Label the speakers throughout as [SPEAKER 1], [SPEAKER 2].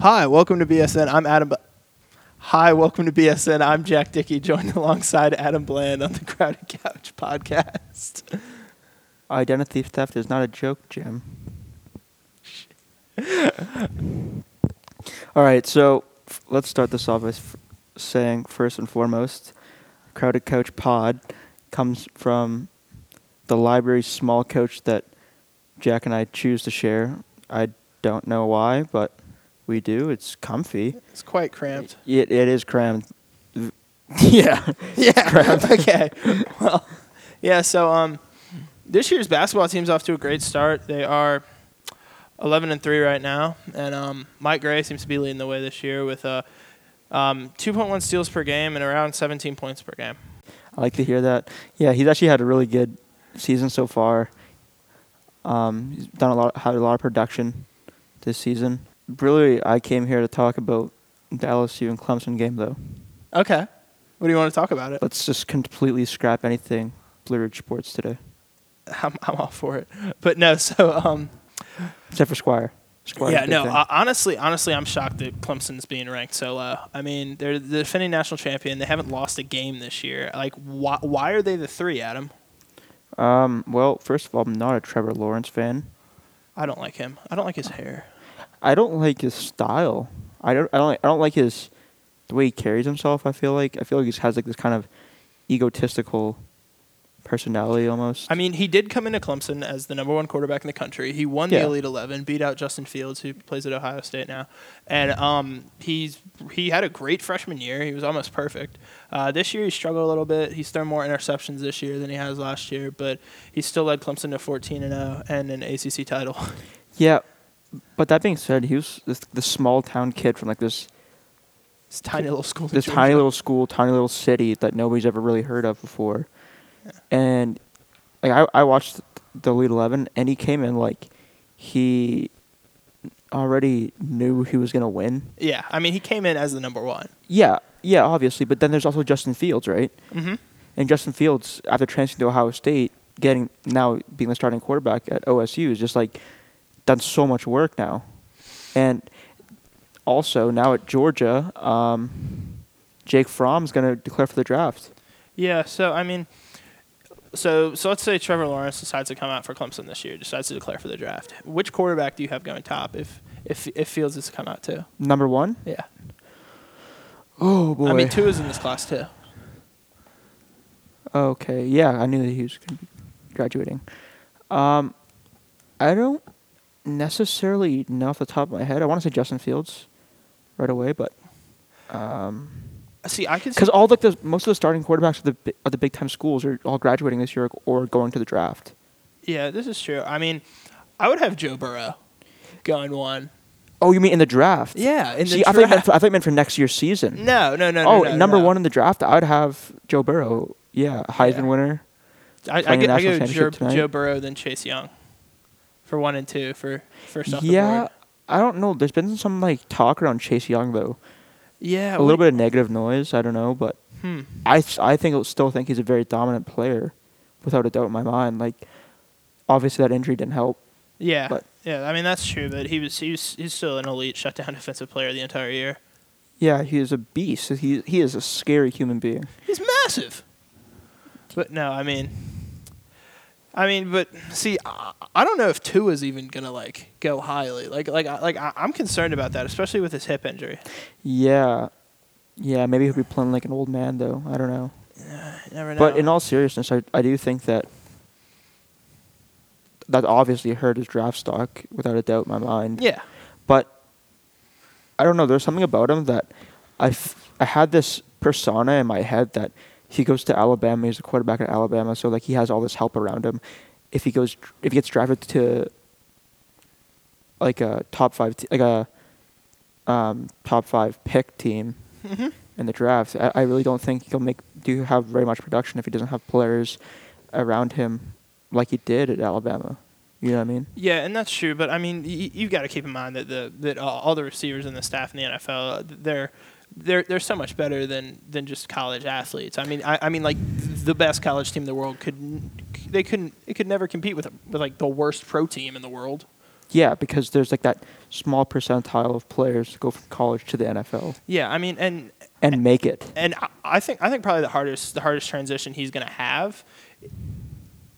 [SPEAKER 1] Hi, welcome to BSN. I'm Adam. B- Hi, welcome to BSN. I'm Jack Dickey, joined alongside Adam Bland on the Crowded Couch podcast.
[SPEAKER 2] Identity theft is not a joke, Jim. All right, so f- let's start this off by f- saying first and foremost, Crowded Coach Pod comes from the library's small coach that Jack and I choose to share. I don't know why, but we do. It's comfy.
[SPEAKER 1] It's quite cramped.
[SPEAKER 2] It, it is crammed. V- Yeah.
[SPEAKER 1] Yeah. okay. Well, yeah. So um, this year's basketball team's off to a great start. They are eleven and three right now, and um, Mike Gray seems to be leading the way this year with uh, um, two point one steals per game and around seventeen points per game.
[SPEAKER 2] I like to hear that. Yeah, he's actually had a really good season so far. Um, he's done a lot, had a lot of production this season. Really, I came here to talk about the LSU and Clemson game, though.
[SPEAKER 1] Okay. What do you want to talk about it?
[SPEAKER 2] Let's just completely scrap anything Blue Ridge sports today,
[SPEAKER 1] I'm, I'm all for it. But no, so um,
[SPEAKER 2] except for Squire. Squire.
[SPEAKER 1] yeah, no. Uh, honestly, honestly, I'm shocked that Clemson's being ranked so low. I mean, they're the defending national champion. They haven't lost a game this year. Like, why, why are they the three, Adam?
[SPEAKER 2] um. Well, first of all, I'm not a Trevor Lawrence fan.
[SPEAKER 1] I don't like him. I don't like his hair.
[SPEAKER 2] I don't like his style. I don't. I don't. Like, I don't like his the way he carries himself. I feel like. I feel like he has like this kind of egotistical personality almost.
[SPEAKER 1] I mean, he did come into Clemson as the number one quarterback in the country. He won
[SPEAKER 2] Yeah.
[SPEAKER 1] the Elite Eleven, beat out Justin Fields, who plays at Ohio State now, and um, he's he had a great freshman year. He was almost perfect. Uh, this year, he struggled a little bit. He's thrown more interceptions this year than he has last year, but he still led Clemson to 14 and 0 and an ACC title.
[SPEAKER 2] yeah, but that being said, he was this, this small town kid from like this
[SPEAKER 1] It's a tiny little school. in
[SPEAKER 2] this
[SPEAKER 1] Georgia.
[SPEAKER 2] tiny little school, tiny little city that nobody's ever really heard of before. And like I, I watched the lead eleven, and he came in like he already knew he was gonna win.
[SPEAKER 1] Yeah, I mean, he came in as the number one.
[SPEAKER 2] Yeah, yeah, obviously. But then there's also Justin Fields, right?
[SPEAKER 1] Mm-hmm.
[SPEAKER 2] And Justin Fields, after transferring to Ohio State, getting now being the starting quarterback at OSU is just like done so much work now. And also now at Georgia, um, Jake Fromm's going to declare for the draft.
[SPEAKER 1] Yeah, so I mean, so so let's say Trevor Lawrence decides to come out for Clemson this year, decides to declare for the draft. Which quarterback do you have going top if if if Fields is to come out too?
[SPEAKER 2] Number one.
[SPEAKER 1] Yeah,
[SPEAKER 2] Oh boy.
[SPEAKER 1] I mean, two is in this class too.
[SPEAKER 2] Okay. Yeah, I knew that he was going to be graduating. Um, I don't necessarily know off the top of my head. I want to say Justin Fields right away, but
[SPEAKER 1] See, I can see,
[SPEAKER 2] because all like the most of the starting quarterbacks of the bi- of the big time schools are all graduating this year or going to the draft.
[SPEAKER 1] yeah, this is true. I mean, I would have Joe Burrow going one.
[SPEAKER 2] Oh, you mean in the draft?
[SPEAKER 1] Yeah, in the
[SPEAKER 2] See, I thought you meant
[SPEAKER 1] draft.
[SPEAKER 2] for, I thought you meant for next year's season.
[SPEAKER 1] No, no, no, no.
[SPEAKER 2] oh,
[SPEAKER 1] no,
[SPEAKER 2] number
[SPEAKER 1] no.
[SPEAKER 2] one in the draft, I'd have Joe Burrow. Yeah, Heisman
[SPEAKER 1] Yeah.
[SPEAKER 2] winner.
[SPEAKER 1] I, I,
[SPEAKER 2] playing
[SPEAKER 1] get, I
[SPEAKER 2] national
[SPEAKER 1] go Joe,
[SPEAKER 2] championship tonight.
[SPEAKER 1] Joe Burrow then Chase Young for one and two for first off the
[SPEAKER 2] yeah,
[SPEAKER 1] board.
[SPEAKER 2] I don't know. There's been some like talk around Chase Young though.
[SPEAKER 1] Yeah,
[SPEAKER 2] a little bit of negative noise. I don't know, but
[SPEAKER 1] Hmm.
[SPEAKER 2] I th- I think still think he's a very dominant player, without a doubt in my mind. Like, obviously that injury didn't help.
[SPEAKER 1] Yeah,
[SPEAKER 2] But-
[SPEAKER 1] yeah. I mean that's true, but he was he was he's still an elite shutdown defensive player the entire year.
[SPEAKER 2] Yeah, he is a beast. He he is a scary human being.
[SPEAKER 1] He's massive. But no, I mean, I mean, but see, I, I don't know if Tua's even gonna like go highly. Like like I- like I, I'm concerned about that, especially with his hip injury.
[SPEAKER 2] Yeah, yeah. Maybe he'll be playing like an old man though. I don't know.
[SPEAKER 1] You never know.
[SPEAKER 2] But in all seriousness, I I do think that that obviously hurt his draft stock without a doubt in my mind.
[SPEAKER 1] yeah,
[SPEAKER 2] but I don't know. There's something about him that I, f- I had this persona in my head that he goes to Alabama. He's a quarterback at Alabama, so like he has all this help around him. If he goes, if he gets drafted to like a top five, t- like a um, top five pick team
[SPEAKER 1] Mm-hmm.
[SPEAKER 2] in the draft, I, I really don't think he'll make do have very much production if he doesn't have players around him like he did at Alabama. You know what I mean?
[SPEAKER 1] yeah, and that's true. But I mean, you, you've got to keep in mind that the that all, all the receivers and the staff in the NFL, they're they're they're so much better than than just college athletes. I mean, I, I mean, like the best college team in the world could n- they couldn't it could never compete with with like the worst pro team in the world.
[SPEAKER 2] Yeah, because there's like that small percentile of players that go from college to the NFL
[SPEAKER 1] Yeah, I mean, and
[SPEAKER 2] and make it.
[SPEAKER 1] and I- I think I think probably the hardest the hardest transition he's going to have,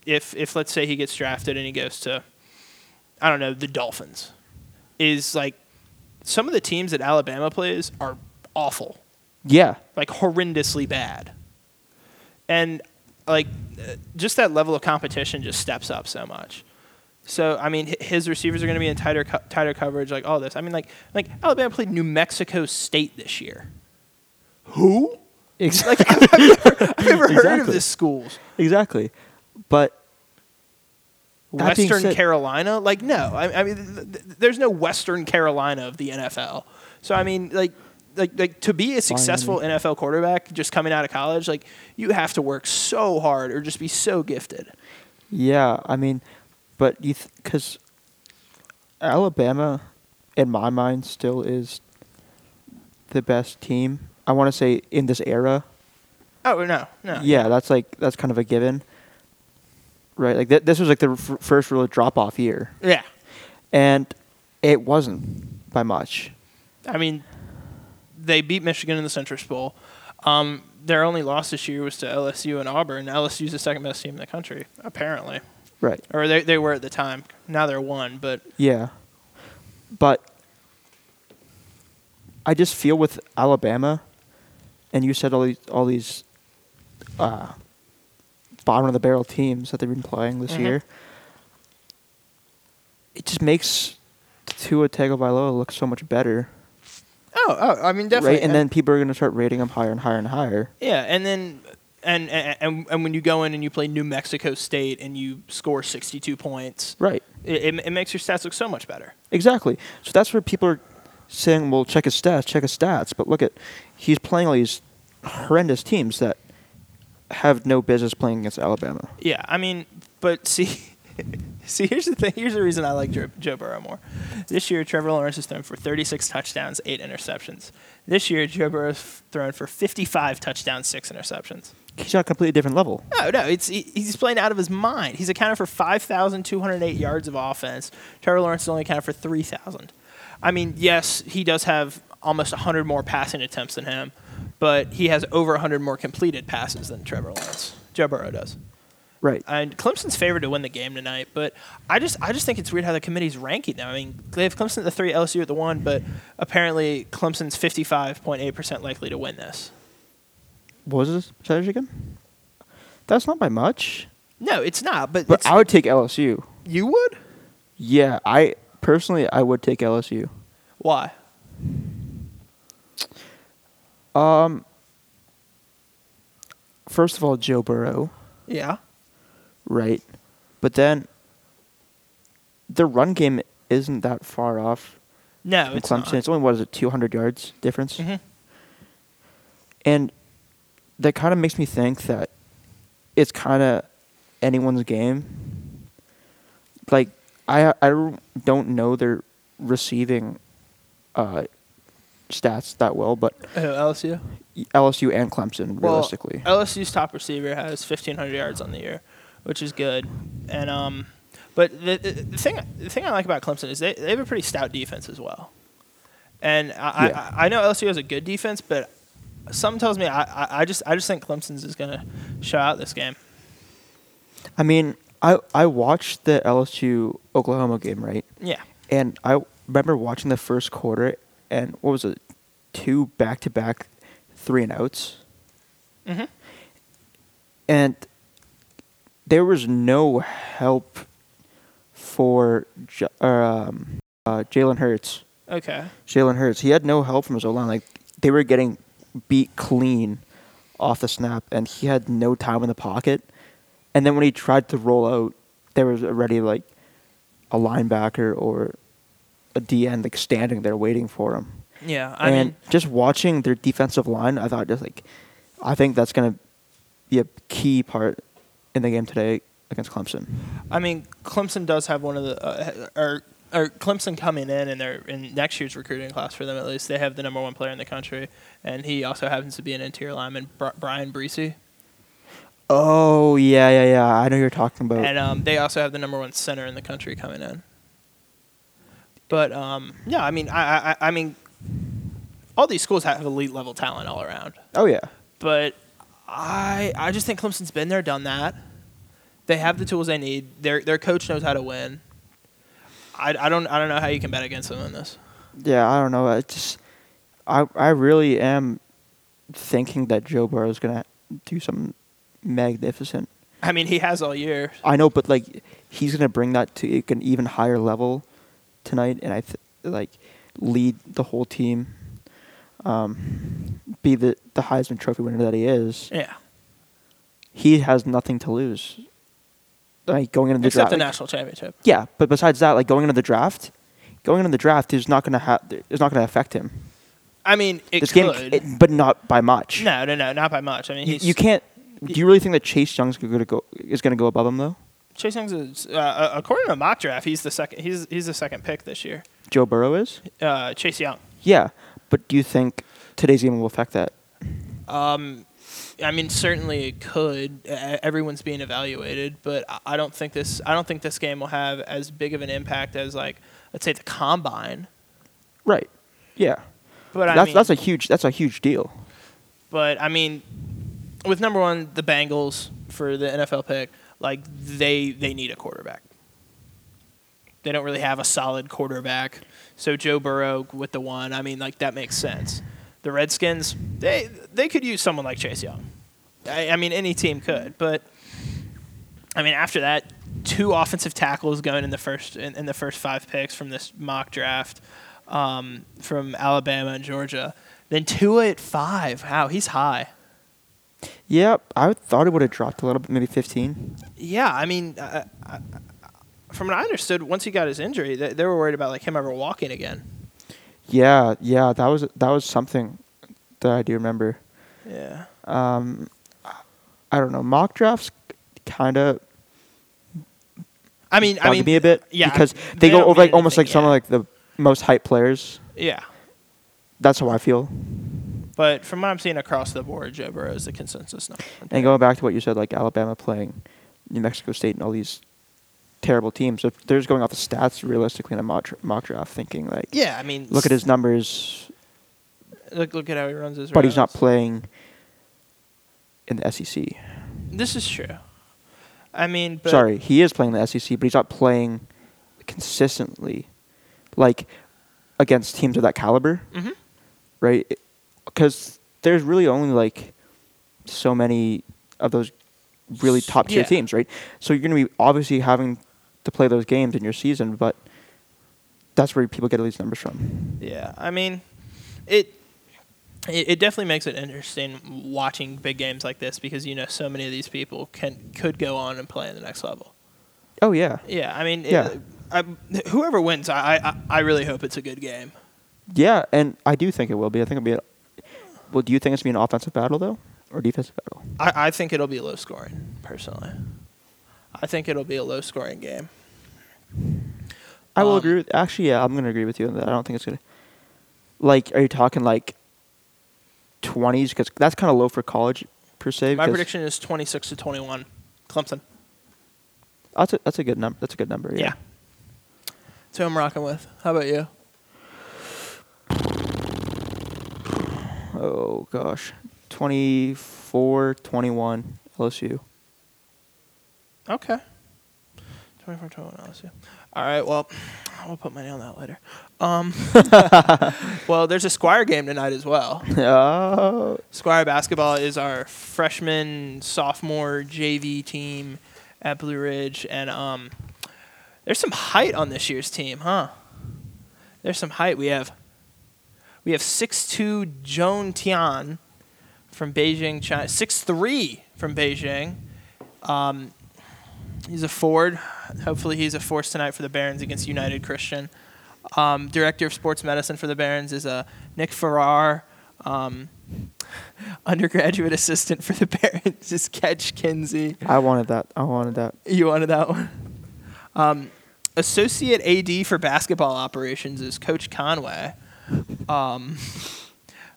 [SPEAKER 1] if if let's say he gets drafted and he goes to, I don't know, the Dolphins, is like some of the teams that Alabama plays are awful,
[SPEAKER 2] Yeah.
[SPEAKER 1] like horrendously bad, and like uh, just that level of competition just steps up so much. So I mean, hi- his receivers are going to be in tighter co- tighter coverage, like all this. I mean, like like Alabama played New Mexico State this year. Who?
[SPEAKER 2] Exactly.
[SPEAKER 1] Like I've never, I've never heard of
[SPEAKER 2] Exactly.
[SPEAKER 1] this schools.
[SPEAKER 2] exactly. But That being
[SPEAKER 1] Western
[SPEAKER 2] said-
[SPEAKER 1] Carolina, like no, I, I mean, th- th- there's no Western Carolina of the NFL. So I mean, like, like, like to be a successful NFL quarterback just coming out of college, like you have to work so hard or just be so gifted.
[SPEAKER 2] Yeah, I mean, but you because Alabama, in my mind, still is the best team. I want to say in this era.
[SPEAKER 1] Oh no, no,
[SPEAKER 2] yeah, that's like that's kind of a given, right? Like th- this was like the f- first real drop off year,
[SPEAKER 1] yeah.
[SPEAKER 2] and it wasn't by much.
[SPEAKER 1] I mean, they beat Michigan in the Citrus Bowl. Um, their only loss this year was to LSU and Auburn. LSU's the second best team in the country, apparently,
[SPEAKER 2] Right.
[SPEAKER 1] or they they were at the time. Now they're one, but
[SPEAKER 2] Yeah. But I just feel with Alabama, and you said all these all these uh, bottom of the barrel teams that they've been playing this
[SPEAKER 1] Mhm.
[SPEAKER 2] year. It just makes Tua Tagovailoa look so much better,
[SPEAKER 1] Oh, oh, I mean, definitely.
[SPEAKER 2] right? And then people are going to start rating him higher and higher and higher.
[SPEAKER 1] yeah, and then and, and and and when you go in and you play New Mexico State and you score sixty two points,
[SPEAKER 2] Right.
[SPEAKER 1] it, it, it makes your stats look so much better.
[SPEAKER 2] Exactly. So that's where people are saying, "Well, check his stats, check his stats." But look at he's playing all these horrendous teams that have no business playing against Alabama.
[SPEAKER 1] Yeah, I mean, but see, see, here's the thing. Here's the reason I like Joe, Joe Burrow more. This year, Trevor Lawrence has thrown for 36 touchdowns, eight interceptions. This year, Joe Burrow's thrown for 55 touchdowns, six interceptions.
[SPEAKER 2] He's on a completely different level.
[SPEAKER 1] No, no, it's he, he's playing out of his mind. He's accounted for 5,208 yards of offense. Trevor Lawrence is only accounted for 3,000. I mean, yes, he does have almost 100 more passing attempts than him, but he has over 100 more completed passes than Trevor Lawrence. Joe Burrow does.
[SPEAKER 2] Right.
[SPEAKER 1] And Clemson's favored to win the game tonight, but I just I just think it's weird how the committee's ranking them. I mean, they have Clemson at the three, LSU at the one, but apparently Clemson's 55.8% likely to win this.
[SPEAKER 2] What was his percentage again? That's not by much.
[SPEAKER 1] No, it's not. But,
[SPEAKER 2] But
[SPEAKER 1] it's,
[SPEAKER 2] I would take LSU.
[SPEAKER 1] you would?
[SPEAKER 2] Yeah, I personally I would take LSU.
[SPEAKER 1] Why?
[SPEAKER 2] Um first of all, Joe Burrow,
[SPEAKER 1] Yeah.
[SPEAKER 2] right? But then the run game isn't that far off
[SPEAKER 1] No,
[SPEAKER 2] from
[SPEAKER 1] it's
[SPEAKER 2] Clemson.
[SPEAKER 1] not.
[SPEAKER 2] It's only what is it, two hundred yards difference?
[SPEAKER 1] Mhm.
[SPEAKER 2] And that kind of makes me think that it's kind of anyone's game. Like I I don't know their receiving uh, stats that well, but
[SPEAKER 1] Who, LSU?
[SPEAKER 2] LSU and Clemson realistically.
[SPEAKER 1] Well, LSU's top receiver has 1,500 yards on the year, which is good. And um, but the, the, the thing the thing I like about Clemson is they, they have a pretty stout defense as well. And I,
[SPEAKER 2] Yeah.
[SPEAKER 1] I, I know LSU has a good defense, but something tells me I, I, I just I just think Clemson's is going to show out this game.
[SPEAKER 2] I mean, I I watched the LSU Oklahoma game, right?
[SPEAKER 1] Yeah.
[SPEAKER 2] And I remember watching the first quarter and what was it? Two back to back three and outs.
[SPEAKER 1] hmm
[SPEAKER 2] and there was no help for J- or, um, uh, Jalen Hurts.
[SPEAKER 1] Okay.
[SPEAKER 2] Jalen Hurts, he had no help from his O line. Like they were getting beat clean off the snap, and he had no time in the pocket. And then when he tried to roll out, there was already like a linebacker or a DN like standing there waiting for him
[SPEAKER 1] Yeah. I
[SPEAKER 2] and
[SPEAKER 1] mean,
[SPEAKER 2] just watching their defensive line, I thought just like, I think that's gonna be a key part in the game today against Clemson.
[SPEAKER 1] I mean, Clemson does have one of the uh, or or Clemson coming in and they're in next year's recruiting class for them at least. They have the number one player in the country, and he also happens to be an interior lineman, Br- Brian Breesy,
[SPEAKER 2] Oh yeah, yeah, yeah. I know you're talking about.
[SPEAKER 1] and um, they also have the number one center in the country coming in. But um, yeah, I mean, I, I, I mean, all these schools have elite level talent all around.
[SPEAKER 2] Oh yeah.
[SPEAKER 1] But I, I just think Clemson's been there, done that. They have the tools they need. Their their coach knows how to win. I, I don't I don't know how you can bet against them in this.
[SPEAKER 2] Yeah, I don't know. I just, I, I really am thinking that Joe Burrow is gonna do something magnificent.
[SPEAKER 1] I mean, he has all year.
[SPEAKER 2] I know, but like, he's gonna bring that to an even higher level tonight, and I th- like lead the whole team, um, be the the Heisman Trophy winner that he is.
[SPEAKER 1] Yeah,
[SPEAKER 2] He has nothing to lose. Like going into the
[SPEAKER 1] except
[SPEAKER 2] draft,
[SPEAKER 1] the
[SPEAKER 2] like-
[SPEAKER 1] national championship.
[SPEAKER 2] yeah, but besides that, like going into the draft, going into the draft is not gonna ha- is not gonna affect him.
[SPEAKER 1] I mean, it
[SPEAKER 2] this game,
[SPEAKER 1] could.
[SPEAKER 2] it, but not by much.
[SPEAKER 1] no, no, no, not by much. I mean,
[SPEAKER 2] you,
[SPEAKER 1] he's,
[SPEAKER 2] you can't. Do you really think that Chase Young's going to go is going to go above him though?
[SPEAKER 1] Chase Young's is, uh, according to mock draft, he's the second. He's he's the second pick this year.
[SPEAKER 2] Joe Burrow is.
[SPEAKER 1] Uh, Chase Young.
[SPEAKER 2] Yeah, but do you think today's game will affect that?
[SPEAKER 1] Um, I mean, certainly it could. E- Everyone's being evaluated, but I- I don't think this. I don't think this game will have as big of an impact as like let's say the combine.
[SPEAKER 2] Right. Yeah.
[SPEAKER 1] But I
[SPEAKER 2] that's
[SPEAKER 1] mean,
[SPEAKER 2] that's a huge that's a huge deal.
[SPEAKER 1] but I mean, with number one, the Bengals for the NFL pick, like they they need a quarterback. They don't really have a solid quarterback, so Joe Burrow with the one. I mean, like that makes sense. The Redskins, they they could use someone like Chase Young. I, I mean, any team could, but I mean, after that, two offensive tackles going in the first in, in the first five picks from this mock draft um, from Alabama and Georgia. Then Tua at five. Wow, he's high.
[SPEAKER 2] Yeah, I would- thought it would have dropped a little bit, maybe fifteen.
[SPEAKER 1] Yeah, I mean, I, I, I- from what I understood, once he got his injury, they, they were worried about like him ever walking again.
[SPEAKER 2] Yeah, yeah, that was that was something that I do remember.
[SPEAKER 1] Yeah.
[SPEAKER 2] Um, I don't know. Mock drafts kind of
[SPEAKER 1] I mean, I
[SPEAKER 2] bugged
[SPEAKER 1] mean,
[SPEAKER 2] me a bit
[SPEAKER 1] yeah,
[SPEAKER 2] because
[SPEAKER 1] they
[SPEAKER 2] they, go
[SPEAKER 1] don't
[SPEAKER 2] over
[SPEAKER 1] mean
[SPEAKER 2] like almost like
[SPEAKER 1] anything,
[SPEAKER 2] some of
[SPEAKER 1] yeah.
[SPEAKER 2] like the most hype players.
[SPEAKER 1] yeah.
[SPEAKER 2] That's how I feel.
[SPEAKER 1] But from what I'm seeing across the board, Joe Burrow is the consensus number. one
[SPEAKER 2] And going back to what you said, like Alabama playing New Mexico State and all these terrible teams, if they're just going off the stats realistically in a mock, dra- mock draft, thinking like,
[SPEAKER 1] pick. yeah, I mean,
[SPEAKER 2] look at his numbers,
[SPEAKER 1] look, look at how he runs his.
[SPEAKER 2] but he's not
[SPEAKER 1] routes.
[SPEAKER 2] playing in the E SEC.
[SPEAKER 1] This is true. I mean, but
[SPEAKER 2] Sorry, he is playing in the SEC, but he's not playing consistently, like against teams of that caliber,
[SPEAKER 1] Mhm.
[SPEAKER 2] right? Because there's really only like so many of those really
[SPEAKER 1] S-
[SPEAKER 2] top tier
[SPEAKER 1] yeah.
[SPEAKER 2] teams, right? So you're going to be obviously having to play those games in your season, but that's where people get these numbers from.
[SPEAKER 1] Yeah, I mean, it, it it definitely makes it interesting watching big games like this because you know so many of these people can could go on and play in the next level.
[SPEAKER 2] Oh yeah,
[SPEAKER 1] Yeah, I mean, it-
[SPEAKER 2] Yeah.
[SPEAKER 1] I, whoever wins, I, I I really hope it's a good game.
[SPEAKER 2] yeah, and I do think it will be. I think it'll be. A, well, do you think it's gonna be an offensive battle though, or defensive battle?
[SPEAKER 1] I, I think it'll be low scoring personally. I think it'll be a low scoring game.
[SPEAKER 2] I will
[SPEAKER 1] Um,
[SPEAKER 2] agree with. Actually, yeah, I'm gonna agree with you on that. I don't think it's gonna. Like, are you talking like twenties? Because that's kind of low for college per se.
[SPEAKER 1] My
[SPEAKER 2] because
[SPEAKER 1] prediction is twenty six to twenty one, Clemson.
[SPEAKER 2] That's a, that's a good number. That's a good number. Yeah.
[SPEAKER 1] Yeah. That's who I'm rocking with. How about you?
[SPEAKER 2] Oh gosh, 24, 21 LSU.
[SPEAKER 1] Okay. 24, 21, LSU. All right, well, I'll put money on that later. Um, well, there's a Squire game tonight as well.
[SPEAKER 2] Oh,
[SPEAKER 1] Squire basketball is our freshman, sophomore, JV team at Blue Ridge. And um, there's some height on this year's team, huh? There's some height. We have we have 6'2 Joan Tian from Beijing, China. 6'3 from Beijing. Um, he's a forward. Hopefully, he's a force tonight for the Barons against United Christian. Um, director of sports medicine for the Barons is uh, Nick Farrar. Um, undergraduate assistant for the Barons is Ketch Kinsey.
[SPEAKER 2] I wanted that. I wanted that.
[SPEAKER 1] You wanted that one. Um, associate AD for basketball operations is Coach Conway. Um,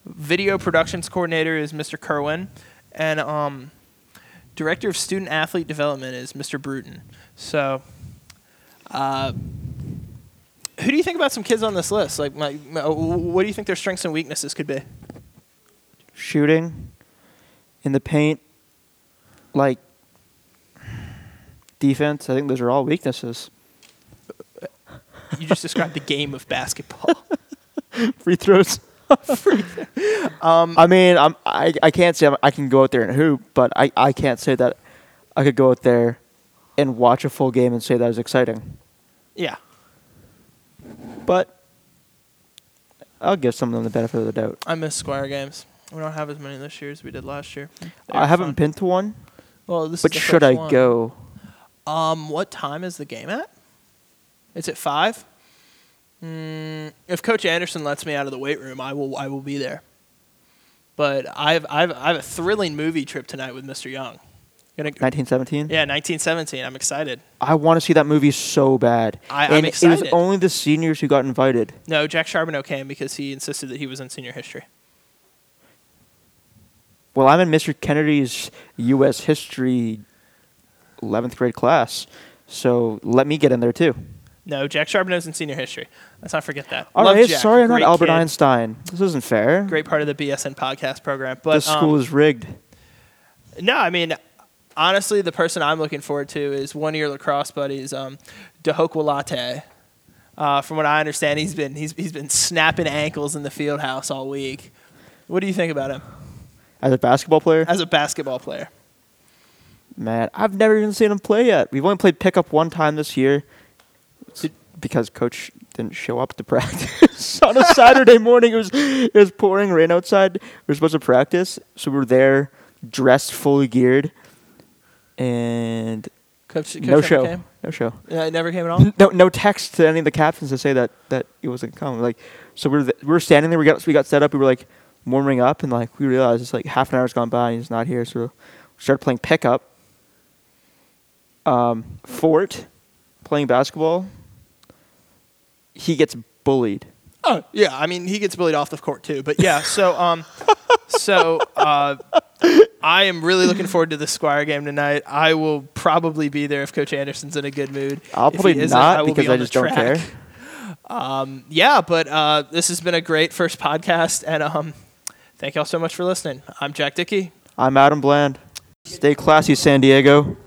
[SPEAKER 1] video productions coordinator is Mr. Kerwin, and um, director of student athlete development is Mr. Bruton. So, uh, Who do you think about some kids on this list? Like, my, my- what do you think their strengths and weaknesses could be?
[SPEAKER 2] shooting in the paint, like defense. I think those are all weaknesses.
[SPEAKER 1] You just described the game of basketball.
[SPEAKER 2] Free throws.
[SPEAKER 1] Um,
[SPEAKER 2] I mean, I'm, I I can't say I'm, I can go out there and hoop, but I, I can't say that I could go out there and watch a full game and say that was exciting.
[SPEAKER 1] yeah.
[SPEAKER 2] But I'll give some of them the benefit of the doubt.
[SPEAKER 1] I miss Squire games. We don't have as many this year as we did last year. They
[SPEAKER 2] I
[SPEAKER 1] were
[SPEAKER 2] haven't
[SPEAKER 1] fun.
[SPEAKER 2] been to one,
[SPEAKER 1] Well, this
[SPEAKER 2] but
[SPEAKER 1] is the
[SPEAKER 2] should
[SPEAKER 1] first
[SPEAKER 2] I
[SPEAKER 1] one.
[SPEAKER 2] go?
[SPEAKER 1] Um, what time is the game at? It's at five. Mm, if Coach Anderson lets me out of the weight room, I will. I will be there. But I've I've I have a thrilling movie trip tonight with Mr. Young. Gonna,
[SPEAKER 2] 1917.
[SPEAKER 1] yeah, 1917. I'm excited.
[SPEAKER 2] I want to see that movie so bad.
[SPEAKER 1] I- I'm
[SPEAKER 2] and It
[SPEAKER 1] excited.
[SPEAKER 2] was only the seniors who got invited.
[SPEAKER 1] No, Jack Charbonneau came because he insisted that he was in senior history.
[SPEAKER 2] Well, I'm in Mr. Kennedy's U.S. history 11th grade class, so let me get in there too.
[SPEAKER 1] No, Jack Charbonneau's in senior history. Let's not forget that.
[SPEAKER 2] All
[SPEAKER 1] Love
[SPEAKER 2] right,
[SPEAKER 1] Jack.
[SPEAKER 2] sorry, I'm not
[SPEAKER 1] Great
[SPEAKER 2] Albert
[SPEAKER 1] kid.
[SPEAKER 2] Einstein. This isn't fair.
[SPEAKER 1] Great part of the BSN podcast program. But
[SPEAKER 2] this school
[SPEAKER 1] um,
[SPEAKER 2] is rigged.
[SPEAKER 1] No, I mean, honestly, the person I'm looking forward to is one of your lacrosse buddies, um, Dahokwalate. Uh, from what I understand, he's been he's, he's been snapping ankles in the field house all week. What do you think about him
[SPEAKER 2] As a basketball player,
[SPEAKER 1] as a basketball player?
[SPEAKER 2] man, I've never even seen him play yet. We've only played pickup one time this year It's because coach didn't show up to practice on a Saturday morning. It was it was pouring rain outside. We were supposed to practice, so we were there dressed, fully geared, and
[SPEAKER 1] Coach, coach
[SPEAKER 2] no
[SPEAKER 1] never
[SPEAKER 2] show.
[SPEAKER 1] Came?
[SPEAKER 2] No show.
[SPEAKER 1] Uh, never came at all.
[SPEAKER 2] No, no text to any of the captains to say that that it wasn't coming. Like, so we're th- we're standing there. We got we got set up. We were like warming up, and like we realized it's like half an hour's gone by and he's not here. So we started playing pickup. Um, Fort playing basketball. He gets bullied.
[SPEAKER 1] Oh yeah, I mean he gets bullied off the court too, but yeah. So um, so uh, I am really looking forward to the Squire game tonight. I will probably be there if Coach Anderson's in a good mood.
[SPEAKER 2] I'll
[SPEAKER 1] If he
[SPEAKER 2] probably
[SPEAKER 1] isn't,
[SPEAKER 2] not
[SPEAKER 1] will be
[SPEAKER 2] because
[SPEAKER 1] on
[SPEAKER 2] I
[SPEAKER 1] the
[SPEAKER 2] just don't care.
[SPEAKER 1] track. Um, yeah, but uh, this has been a great first podcast, and um, thank y'all so much for listening. I'm Jack Dickey.
[SPEAKER 2] I'm Adam Bland. Stay classy, San Diego.